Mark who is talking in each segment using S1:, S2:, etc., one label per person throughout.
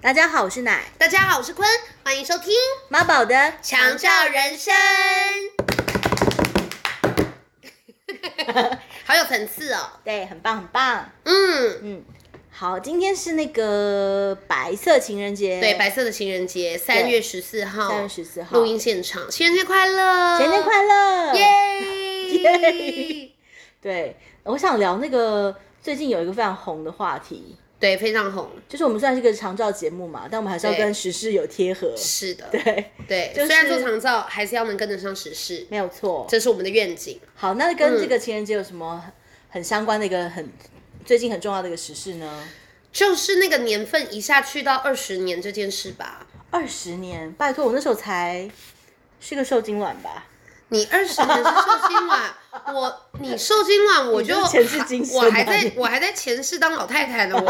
S1: 大家好，我是奶
S2: 大家好，我是坤，欢迎收听《
S1: 妈宝的
S2: 强照人 生》，好有层次哦。
S1: 对，很棒很棒。
S2: 嗯，
S1: 嗯，好，今天是那个白色情人节，
S2: 对，白色的情人节，三月十四号，
S1: 三月十四号，
S2: 录音现场，情人节快乐，
S1: 情人节快乐，！
S2: 耶！
S1: 对，我想聊那个最近有一个非常红的话题，
S2: 对，非常红，
S1: 就是我们虽然是个长照节目嘛，但我们还是要
S2: 对
S1: 跟时事有贴合。
S2: 是的，
S1: 对，
S2: 对，
S1: 就是
S2: 虽然做长照，还是要能跟得上时事，
S1: 没有错。
S2: 这是我们的愿景。
S1: 好，那跟这个情人节有什么很很相关的一个很最近很重要的一个时事呢？
S2: 就是那个年份一下去到二十年这件事吧。
S1: 二十年，拜托，我那时候才是个受精卵吧？
S2: 你二十年是受精卵，我你受精卵，我就
S1: 你就是前世今生啊
S2: 我还在
S1: 你
S2: 我还在前世当老太太呢， 我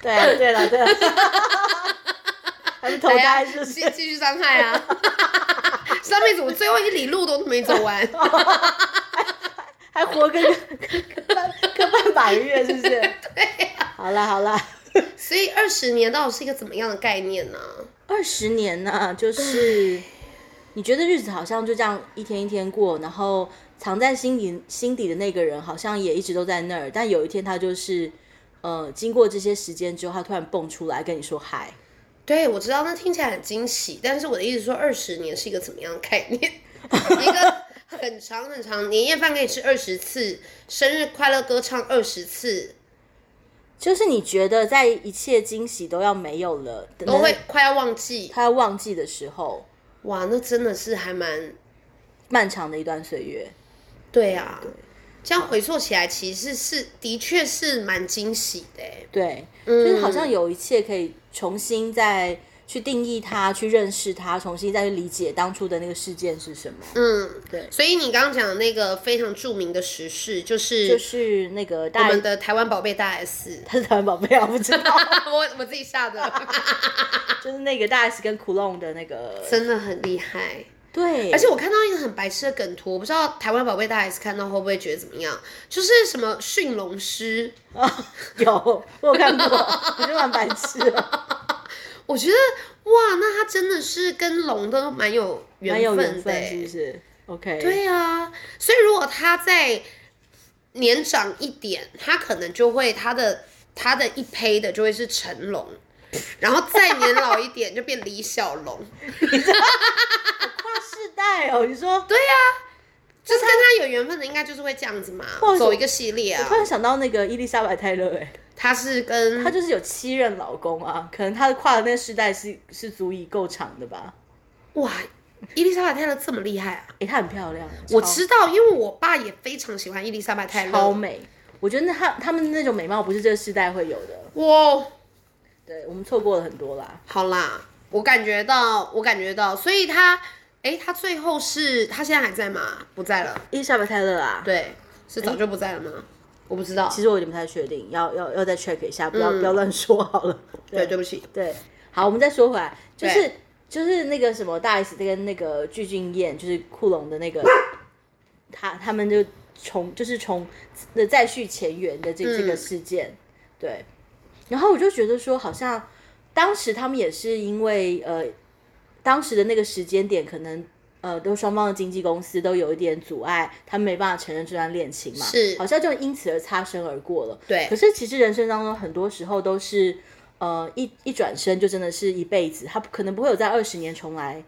S1: 对啊，对了， 对了，还是投胎是不
S2: 哎继
S1: 是？
S2: 继续伤害啊！ 上辈子我最后一里路都没走 完，
S1: 还活个个半个半把月是不是？对、好啦好啦，
S2: 所以二十年到底是一个怎么样的概念呢、
S1: 二十年呢、就是你觉得日子好像就这样一天一天过，然后藏在心底心底的那个人好像也一直都在那儿，但有一天他就是呃，经过这些时间之后，他突然蹦出来跟你说嗨。
S2: 对，我知道那听起来很惊喜，但是我的意思是说，二十年是一个怎么样的概念？ 一个很长很长，年夜饭可以吃二十次，生日快乐歌唱二十次，
S1: 就是你觉得在一切惊喜都要没有了，
S2: 都会快要忘记。
S1: 他要忘记的时候，
S2: 哇，那真的是还蛮
S1: 漫长的一段岁月。
S2: 对啊。这样回溯起来，其实是的确是蛮惊喜的欸。
S1: 对，
S2: 嗯
S1: 就是好像有一切可以重新再去定义它，去认识它，重新再去理解当初的那个事件是什么。
S2: 嗯，
S1: 对
S2: 所以你刚刚讲的那个非常著名的时事，就是
S1: 就是那个
S2: 我
S1: 大
S2: 们的台湾宝贝大 S，
S1: 他是台湾宝贝啊，我不知道，
S2: 我我自己下 的，
S1: 就是那个大 S 跟苦弄的那个，
S2: 真的很厉害。
S1: 对，
S2: 而且我看到一个很白痴的梗图，我不知道台湾宝贝大 S 看到会不会觉得怎么样，就是什么驯龙师，
S1: 有我有看 过，我就蛮白痴的，
S2: 我觉得哇，那他真的是跟龙都蛮有
S1: 蛮有缘
S2: 缘分的
S1: 分，是
S2: 欸、
S1: 不是？OK，
S2: 对啊，所以如果他再年长一点，他可能就会他的他的一胚的就会是 成龙，然后再年老一点就变李小 龙，
S1: 跨世代哦，你说
S2: 就是跟他有缘分的应该就是会这样子嘛
S1: 或者，是
S2: 走一个系列啊
S1: 突。然想到那个伊丽莎白泰勒，哎，
S2: 他是跟
S1: 她就是有七任老公啊，可能她的跨的那个世代是是足以够长的吧？
S2: 哇，伊丽莎白泰勒这么厉害啊！
S1: 哎，她很漂亮，
S2: 我
S1: 超
S2: 知道，因为我爸也非常喜欢伊丽莎白泰勒。
S1: 超美，我觉得那她她们那种美貌不是这个世代会有的，
S2: 哇，
S1: 对我们错过了很多啦。
S2: 好啦，我感觉到，我感觉到，所以他，哎，他最后是他现在还在吗？不在了，
S1: 伊丽莎白泰勒啊，，
S2: 对，是早就不在了吗？我不知道
S1: 其。实我有点不太确定，要要要再 check 一下，不要、不要乱说好了。
S2: 对，对不起。
S1: 对，好，我们再说回来，就是
S2: 对
S1: 就是那个什么大 S 跟那个具俊彦，就是库龙的那个，他他们就重就是重的再续前缘的这、
S2: 嗯
S1: 这个事件，对。然后我就觉得说，好像当时他们也是因为呃，当时的那个时间点，可能呃，都双方的经纪公司都有一点阻碍，他们没办法承认这段恋情嘛，
S2: 是
S1: 好像就因此而擦身而过了。
S2: 对
S1: 可是其实人生当中很多时候都是。呃，一一转身就真的是一辈子，他不可能不会有在二十年重来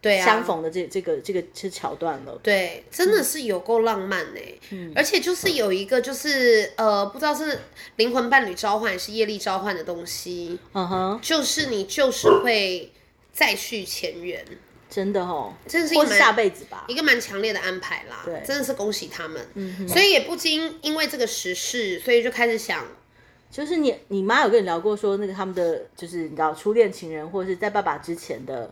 S2: 对啊。
S1: 相逢的这、这个这个这桥段了。
S2: 对，真的是有够浪漫呢、而且就是有一个就是呃，不知道是灵魂伴侣召唤还是业力召唤的东西，
S1: 嗯哼，
S2: 就是你就是会再续前缘，
S1: 真的哦，
S2: 真的是一
S1: 或
S2: 个
S1: 是
S2: 蛮
S1: 下辈子吧
S2: 一。个蛮强烈的安排啦，
S1: 对
S2: 真的是恭喜他们。所以也不禁因为这个时事，所以就开始想，
S1: 就是你你妈有跟你聊过说那个他们的就是你知道初恋情人，或者是在爸爸之前的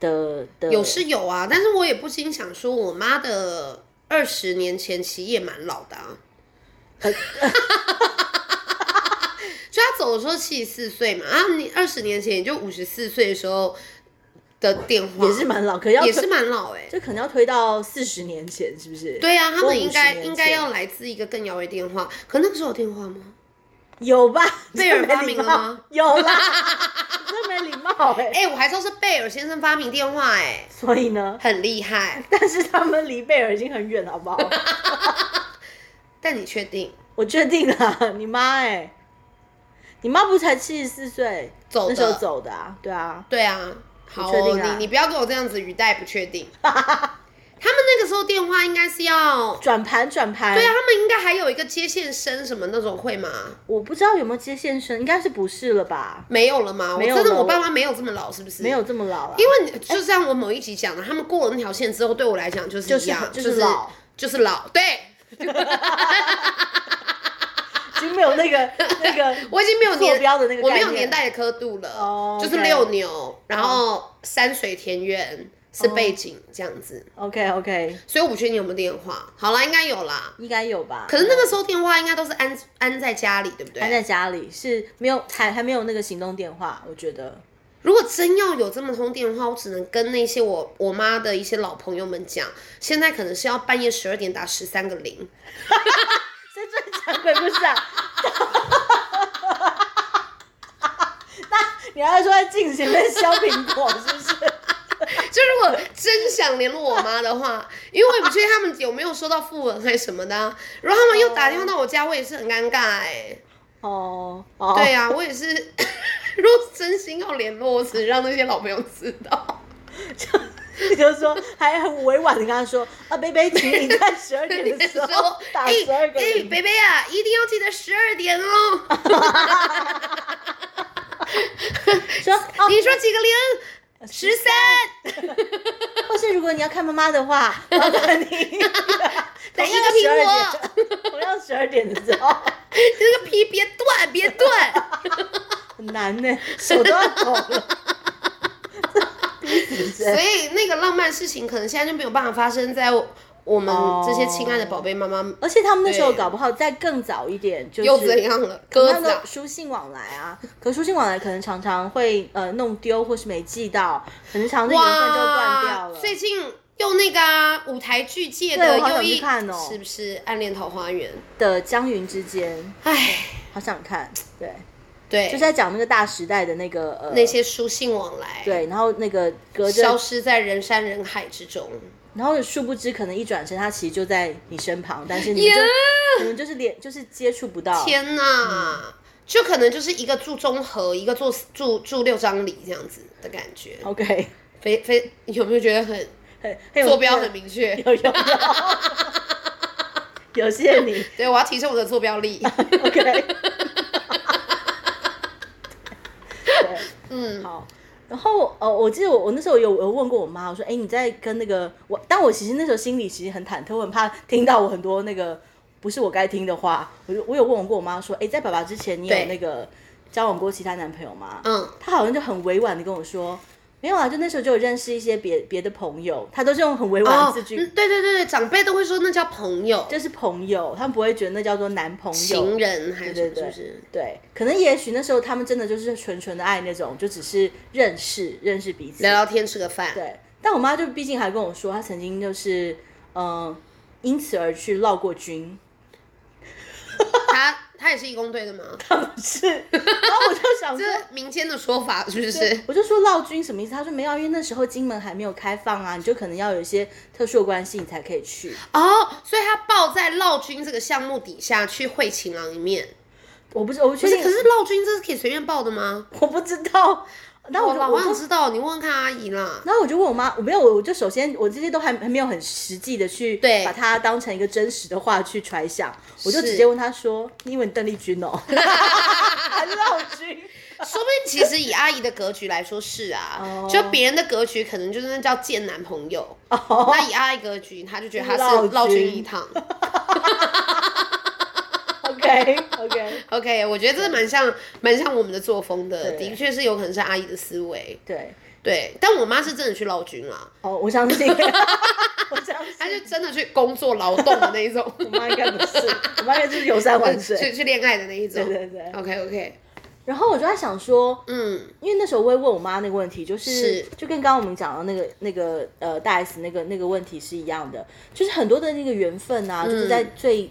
S1: 的的
S2: 有是有啊，但是我也不禁想说，我妈的二十年前其实也蛮老 的啊。就她走的时候七十四岁嘛，啊，你二十年前也就五十四岁的时候，的电话，
S1: 也是蛮老，可能要
S2: 也
S1: 推
S2: 是蛮老哎、
S1: 这可能要推到四十年前，是不是？
S2: 对呀、他
S1: 或
S2: 们应该
S1: 50年
S2: 应该
S1: 前
S2: 要来自一个更遥远的电话，可那个时候有电话吗？
S1: 有吧？
S2: 贝尔
S1: 这没
S2: 发
S1: 礼
S2: 明了
S1: 貌
S2: 吗
S1: 有 啦，这没礼貌哎、
S2: 哎、我还说是贝尔先生发明电话、哎，
S1: 所以呢，
S2: 很厉害。
S1: 但是他们离贝尔已经很远，好不 好？
S2: 但你确定
S1: 我确定了，你妈哎、你妈不是才七十四岁，
S2: 走
S1: 那时候
S2: 的？
S1: 走的啊，对啊，
S2: 对啊，好、
S1: 确
S2: 哦，
S1: 定啊
S2: 你你不要给我这样子语带不确定。 他们那个时候电话应该是要，
S1: 转盘转盘，
S2: 对啊，，他们应该还有一个接线生什么那种会吗？
S1: 我不知道有没有接线生，应该是不是了吧？
S2: 没有了吗？我
S1: 没有
S2: 真的
S1: 了
S2: 我爸妈没有这么老，是不是？
S1: 没有。这么老啊了、
S2: 因为你就像我某一集讲的，他们过了那条线之后，对我来讲就是
S1: 就
S2: 一
S1: 是
S2: 样，
S1: 就是
S2: 是
S1: 老
S2: 就是老，对
S1: 已经没有 那个那个
S2: 我已经没有
S1: 坐
S2: 年
S1: 标的那个概念，
S2: 我没有年代的刻度了，
S1: 哦
S2: 就是
S1: ，OK 哦
S2: 六牛，然后山水田园是背景这样子，
S1: ，OK OK，
S2: 所以我不确定有没有电话。好啦，应该有啦。
S1: 应该有吧？
S2: 可是那个时候电话应该都是安安在家里，对不
S1: 还
S2: 对？
S1: 在家里是没有还还没有那个行动电话，我觉得
S2: 如果真要有这么通电话，我只能跟那些我我妈的一些老朋友们讲，现在可能是要半夜十二点打十三个零，
S1: 谁最讲鬼故事啊？ 那你还说在进行在削苹果是不 是？
S2: 就如果真想联络我妈的话，因为我也不确定他们有没有收到副文还是什么的啊、如果他们又打电话到我家，我也是很尴尬哎、
S1: 哦哦，
S2: 对呀、我也是。如果真心要联络，我只能让那些老朋友知道。
S1: 你 就说还很委婉的跟他说啊，贝贝，请 你在十二点的时 候打
S2: 哎
S1: 十二个
S2: 哎，
S1: 铃。
S2: 贝贝啊，一定要记得十二点哦。
S1: 说哦，
S2: 你说几个零？十三。
S1: 或是如果你要看妈妈的 话，麻烦你等
S2: 一个苹果
S1: 果，同样十二点的时候，
S2: 这个皮别断，别断。
S1: 很难呢，手都要抖 了。逼死
S2: 所
S1: 人
S2: 以那个浪漫事情，可能现在就没有办法发生在我我们
S1: 哦
S2: 这些亲爱的宝贝妈妈
S1: 而且他们那时候
S2: 对
S1: 搞不好再更早一点，就是
S2: 又怎样了？鸽
S1: 那
S2: 子啊
S1: 个书信往来啊，可书信往来可能常常会呃弄丢或是没寄到，可能常常缘分就断掉了。
S2: 最近又那个啊，舞台剧界
S1: 对
S2: 的
S1: 我好
S2: 又
S1: 想去
S2: 一
S1: 看哦
S2: 是不是《暗恋桃花源》？
S1: 的江云之间，
S2: 唉，
S1: 好想看，对，
S2: 对，
S1: 就是在讲那个大时代的那个呃
S2: 那些书信往来，，
S1: 对，然后那个隔
S2: 消
S1: 着，
S2: 失在人山人海之中。
S1: 然后殊不知可能一转身，他其实就在你身旁，但是你们就你们就是连就是接触不到。
S2: 天哪！就可能就是一个住中和，一个住住住六张里这样子的感觉，
S1: OK，
S2: 非非有没有觉得很
S1: 很很有
S2: 坐标很明确？
S1: 有有有，有谢谢你。
S2: 对，我要提升我的坐标力。
S1: OK，对，嗯，好。然后呃，我记得我我那时候有有问过我妈，我说，哎，你在跟那个我，但我其实那时候心里其实很忐忑，我很怕听到我很多那个不是我该听的话。我就我有问我过我妈说，哎，在爸爸之前你有
S2: 对
S1: 那个交往过其他男朋友吗？
S2: 嗯，
S1: 她好像就很委婉的跟我说，没有啊，就那时候就有认识一些别别的朋友，她都是用很委婉的
S2: 哦，
S1: 字
S2: 嗯
S1: 句，
S2: 对对对对，长辈都会说那叫朋友、
S1: 就是朋友，他们不会觉得那叫做男朋友。
S2: 情人还是
S1: 对
S2: 什么？是
S1: 对
S2: 不是？
S1: 对，可能也许那时候他们真的就是纯纯的爱那种，就只是认识认识彼此
S2: 聊。聊天吃个饭，
S1: 对，但我妈就毕竟还跟我说，她曾经就是嗯、呃因此而去闹过军，
S2: 他他也是义工队的吗？
S1: 是，然后我就想说
S2: 这。是民间的说法是不
S1: 对
S2: 是？
S1: 我就说闹军什么意思？她说没有啊，因为那时候金门还没有开放啊，你就可能要有一些特殊的关系，你才可以去。
S2: 哦，所以他报在绕军这个项目底下去会情郎里面，
S1: 我不知我不
S2: 不
S1: 确
S2: 是？
S1: 定，
S2: 可是绕军这是可以随便报的吗？
S1: 我不知道。那我
S2: 好
S1: 就
S2: 啦，
S1: 我
S2: 我
S1: 就
S2: 想知道，你问问看阿姨啦。
S1: 然后我就问我妈，我没有，我就首先我这些都还还没有很实际的去
S2: 对
S1: 把它当成一个真实的话去揣想，我就是直接问她说：“你以为你邓丽君哦， 还是老哦君
S2: 说不定其实以阿姨的格局来说是啊
S1: 哦，
S2: 就别人的格局可能就是那叫见男朋友，
S1: 哦
S2: 那以阿姨格局，她就觉得她
S1: 绕
S2: 是绕军
S1: 军
S2: 一趟。
S1: ？”OK OK，
S2: OK，我觉得这是蛮像蛮像我们的作风的，
S1: 对
S2: 的确是有可能是阿姨的思维。
S1: 对，
S2: 对，但我妈是真的去捞军啦，
S1: 哦，我相信， 我相信，
S2: 她就真的去工作劳动的那一 种，
S1: 我妈应该不是，我妈应该就是游山玩
S2: 去
S1: 水。
S2: 去恋爱的那一种。
S1: 对对对
S2: ，OK OK，
S1: 然后我就在想说，
S2: 嗯，
S1: 因为那时候我也问我妈那个问题，就是
S2: 是
S1: 就跟刚刚我们讲到那个那个呃大 S 那个那个问题是一样的，就是很多的那个缘分啊，就是在
S2: 嗯
S1: 最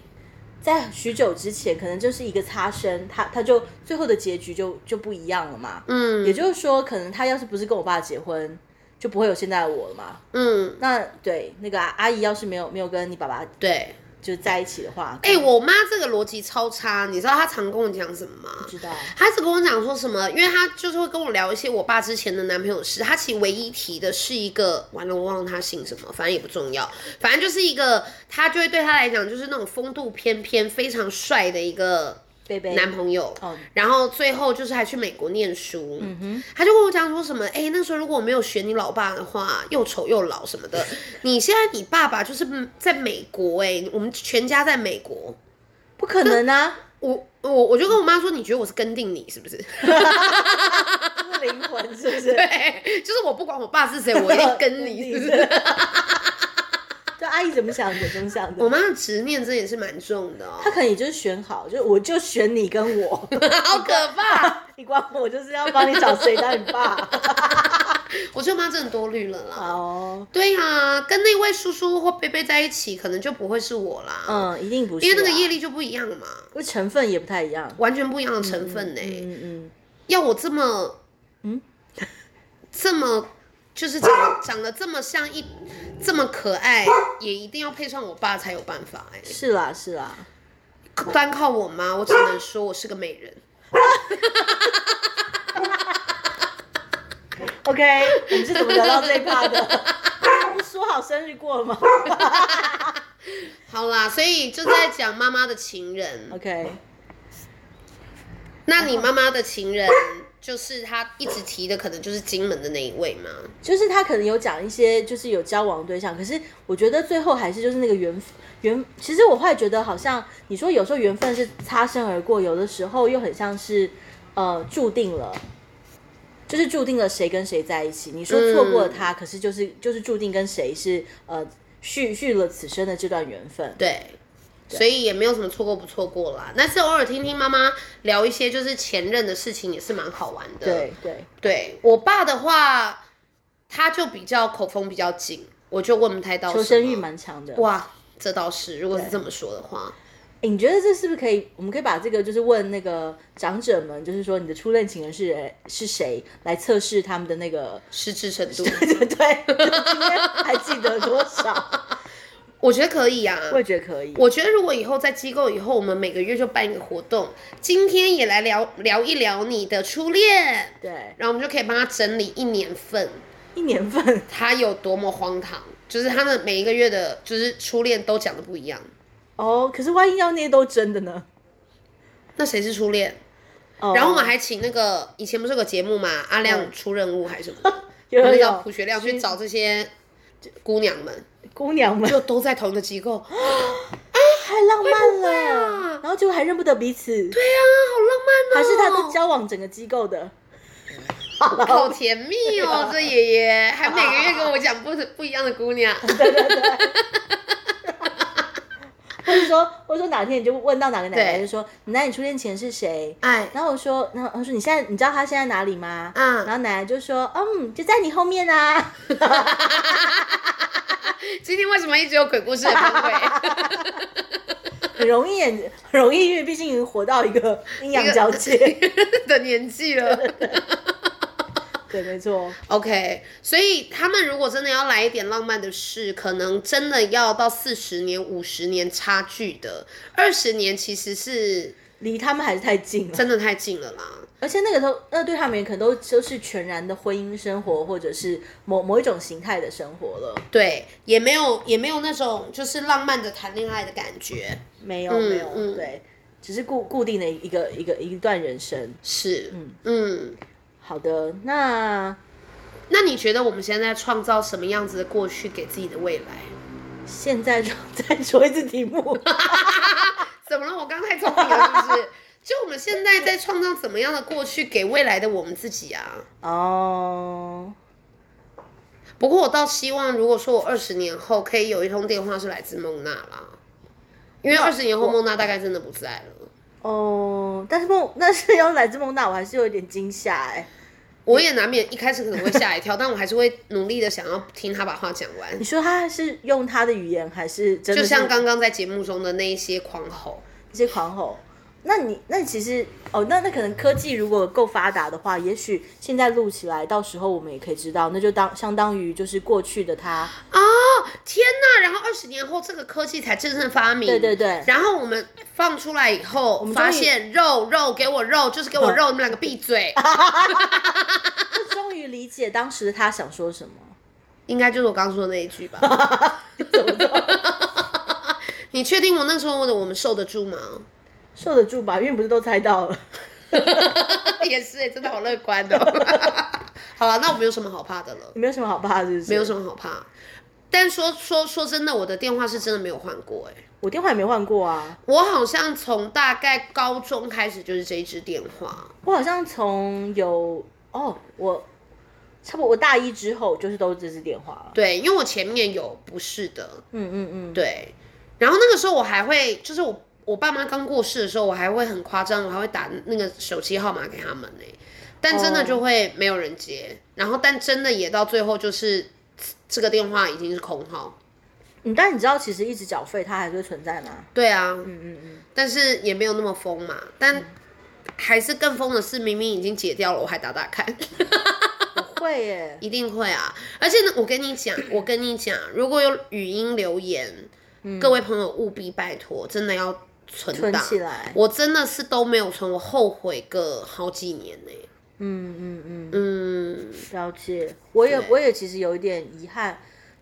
S1: 在许久之前，可能就是一个擦身，他他就最后的结局就就不一样了嘛。
S2: 嗯，
S1: 也就是说，可能他要是不是跟我爸结婚，就不会有现在的我了嘛。
S2: 嗯，
S1: 那对那个阿阿姨要是没有没有跟你爸爸
S2: 对。
S1: 就在一起的话，
S2: 哎、我妈这个逻辑超差，你知道她常跟我讲什么吗
S1: 不？知道
S2: 她一直跟我讲说什么，因为她就是会跟我聊一些我爸之前的男朋友的事。她其实唯一提的是一个，完了我忘了他姓什么，反正也不重要，反正就是一个，她就会对她来讲就是那种风度翩翩、非常帅的一个
S1: 贝贝
S2: 男朋友。
S1: 哦
S2: 然后最后就是还去美国念书，嗯
S1: 哼，
S2: 他就跟我讲说什么，哎、那时候如果我没有选你老爸的话，又丑又老什 么的，你现在你爸爸就是在美国、哎，我们全家在美国，
S1: 不可能啊，
S2: 我我我就跟我妈说，你觉得我是跟定你是不是？
S1: 这是灵魂是不是？
S2: 对，就是我不管我爸是谁，我一定 跟你，是不是？
S1: 就阿姨怎么想的，怎么想
S2: 我
S1: 的。
S2: 妈的执念真的也是蛮重的 哦
S1: 她，可能也就是选好，就是我就选你跟我，
S2: 好可怕！
S1: 你管我，我就是要帮你找谁当你爸。
S2: 我觉得我妈真的多虑了啦。
S1: 哦，
S2: 对呀、跟那位叔叔或贝贝在一起，可能就不会是我啦，
S1: 嗯，一定不是啊，
S2: 因为那个业力就不一样嘛，
S1: 因为成分也不太一样。
S2: 完全不一样的成分呢、
S1: 嗯嗯，
S2: 要我这么，
S1: 嗯，
S2: 这么就是长得长得这么像一这么可爱，也一定要配上我爸才有办法 哎、
S1: 是啦是啦，
S2: 单靠我妈，我只能说我是个美人。
S1: OK，我们是怎么聊到这一趴 的？不是说好生日过了吗
S2: 好啦，所以就在讲妈妈的情人。
S1: ？OK，
S2: 那你妈妈的情人就是她一直提的，可能就是金门的那一位吗？
S1: 就是他可能有讲一些，就是有交往对象，可是我觉得最后还是就是那个缘缘。其实我后来觉得，好像你说有时候缘分是擦身而过，有的时候又很像是呃注定了，就是注定了谁跟谁在一起。你说错过了他，可是就是就是注定跟谁是呃续续了此生的这段缘分。
S2: 对。所以也没有什么错过不错过啦，但是偶尔听听妈妈聊一些就是前任的事情也是蛮好玩的。
S1: 对对，
S2: 对我爸的话，他就比较口风比较紧，我就问不太到。
S1: 求生欲？蛮强的。
S2: 哇，这倒是，如果是这么说的话，
S1: 诶哎你觉得这是不是可以？我们可以把这个就是问那个长者们，就是说你的初恋情人是谁是谁，来测试他们的那个
S2: 失智程度，
S1: 对，今天还记得多少？
S2: 我觉得可以啊。
S1: 我也觉得可以。
S2: 我觉得如果以后在机构以后，我们每个月就办一个活动，今天也来聊聊一聊你的初恋，
S1: 对
S2: 然后我们就可以帮他整理一年份，
S1: 一年份，
S2: 他有多么荒唐，就是他的每一个月的，就是初恋都讲的不一样。
S1: 哦，可是万一要那些都真的呢？
S2: 那谁是初恋？
S1: 哦、
S2: 然后我们还请那个以前不是有个节目嘛，阿亮出任务还是什么的，
S1: 有
S2: 那
S1: 有
S2: 叫
S1: 有
S2: 朴学亮去找这些姑娘们，
S1: 姑娘们
S2: 就都在同一个机构，啊，好浪
S1: 太浪漫了，
S2: 啊
S1: 然后结果还认不得彼此，对，
S2: 漫哦，
S1: 还是他在交往整个机构的。好了，
S2: 好甜蜜哦，这爷爷还每个月跟我讲不不一样的姑娘，
S1: 或者说，或者说哪天你就问到哪个奶奶，
S2: 对
S1: 就说你那你初恋前是谁？
S2: 哎，
S1: 然后我说，然后我说你现在你知道他现在哪里吗？
S2: 嗯
S1: 然后奶奶就说，嗯，就在你后面啊。
S2: 今天为什么一直有鬼故事的氛围？
S1: 很容易，很容易，因为毕竟已经活到一个阴阳交界。
S2: 的年纪了。
S1: 对，没错，
S2: OK，所以他们如果真的要来一点浪漫的事，可能真的要到四十年、五十年差距的，二十年其实是
S1: 离他们还是太近了。
S2: 真的太近了啦。
S1: 而且那个都，那对他们也可能都都是全然的婚姻生活，或者是某某一种形态的生活了。
S2: 对，也没有也没有那种就是浪漫的谈恋爱的感觉，
S1: 没有，没有，
S2: 嗯
S1: 对，只是固固定的一个一个一段人生。
S2: 是，嗯嗯。
S1: 好的，那
S2: 那你觉得我们现在创造什么样子的过去给自己的未来？
S1: 现在就 再说一次题目。
S2: 怎么了？我刚太聪明了，是不是？就我们现在在创造怎么样的过去给未来的我们自己啊？
S1: 哦，
S2: 不过我倒希望，如果说我二十年后可以有一通电话是来自孟娜啦，因为二十年后孟娜大概真的不在了。
S1: 哦，但是梦， 但是要是来自孟娜，我还是有一点惊吓哎。
S2: 我也难免一开始可能会吓一跳， 但我还是会努力的想要听他把话讲完
S1: 你，说他是用他的语言，还是真的
S2: 就是像刚刚在节目中的那一些狂吼。
S1: 一些狂吼？那你那其实哦，那那可能科技如果够发达的话，也许现在录起来，到时候我们也可以知道，那就当相当于就是过去的他，
S2: 天呐！然后二十年后，这个科技才真正发明。
S1: 对对对
S2: 然后我们放出来以后，我
S1: 们终于
S2: 发现肉肉给我肉，就是给我 肉，你们两个闭嘴。
S1: 就终于理解当时的他想说什么。
S2: 应该就是我刚说的那一 句吧。
S1: 怎么做？
S2: 你确定我那时候问的我们受得住吗？
S1: 受得住吧？因为不是都猜到了。
S2: 也是、欸真的好乐观哦。 好了，那我们有什么好怕的了？
S1: 你没有什么好怕，是不是？
S2: 没有
S1: 么，
S2: 什么好怕。但说说说真的，我的电话是真的没有换过哎、
S1: 我电话也没换过啊。
S2: 我好像从大概高中开始就是这一支电话。
S1: 我好像从有哦，我差不多我大一之后就是都是这支电话了。
S2: 对，因为我前面有不是的，
S1: 嗯嗯嗯，
S2: 对。然后那个时候我还会，就是我我爸妈刚过世的时候，我还会很夸张，我还会打那个手机号码给他们呢、但真的
S1: 哦
S2: 就会没有人接，然后但真的也到最后就是这个电话已经是空号。
S1: 嗯，但你知道其实一直缴费它还是会存在吗？
S2: 对啊，
S1: 嗯嗯嗯，
S2: 但是也没有那么疯嘛。但还是更疯的是，明明已经解掉了，我还打打看。
S1: 我会耶。
S2: 一定会啊！而且呢，我跟 你讲，我跟你讲，如果有语音留言，各位朋友务必拜托，真的要存
S1: 嗯存
S2: 档
S1: 起来
S2: 我真的是都没有存，我后悔个好几年呢、
S1: 嗯嗯嗯，
S2: 嗯，
S1: 了解。我也
S2: 对
S1: 我也其实有一点遗憾，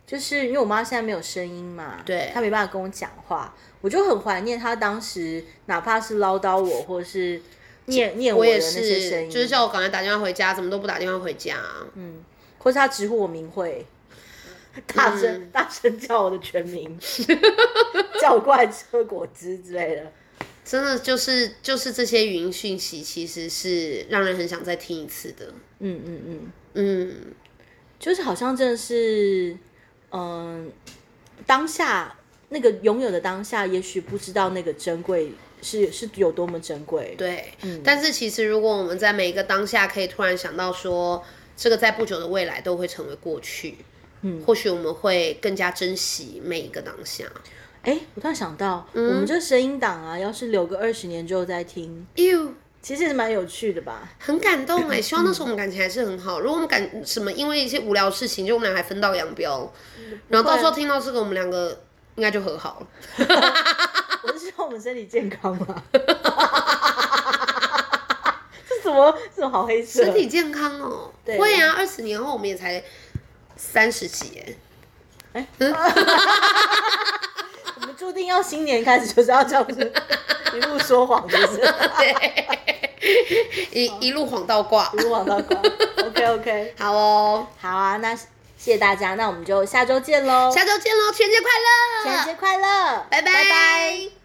S1: 就是因为我妈现在没有声音嘛，
S2: 对
S1: 她没办法跟我讲话，我就很怀念她当时，哪怕是唠叨我，或是念念
S2: 我
S1: 的
S2: 也
S1: 那些声
S2: 是，
S1: 音，
S2: 就是叫我赶快打电话回家，怎么都不打电话回家、
S1: 嗯，或是她直呼我名讳，大声、
S2: 嗯
S1: 大声叫我的全名， 叫我过来吃喝果汁之类的。
S2: 真的就是就是这些语音讯息，其实是让人很想再听一次的。
S1: 嗯嗯嗯，
S2: 嗯，
S1: 就是好像真的是，嗯、当下那个拥有的当下，也许不知道那个珍贵是是有多么珍贵。
S2: 对，但是其实如果我们在每一个当下可以突然想到说，这个在不久的未来都会成为过去，嗯，或许我们会更加珍惜每一个当下。
S1: 哎，我突然想到，我们这个声音档啊，要是留个二十年之后再听，
S2: 哎呦，
S1: 其实也是蛮有趣的吧？
S2: 很感动哎、希望那时候我们感情还是很好。如果我们感什么因为一些无聊的事情，就我们俩还分道扬镳，然后到时候听到这个，我们两个应该就和好了。
S1: 我是希望我们身体健康 嘛。这什么这种好黑啊色？
S2: 身体健康哦，会啊，二十年后我们也才三十几哎、
S1: 我们注定要新年开始就是要这样子一路说谎，就是
S2: 一一路晃到挂
S1: 一。路往到光。OK OK，
S2: 好哦，
S1: 好啊，那谢谢大家，那我们就下周见喽，
S2: 下周见喽，情人节快乐！
S1: 情人节快乐，
S2: 拜拜。
S1: 拜拜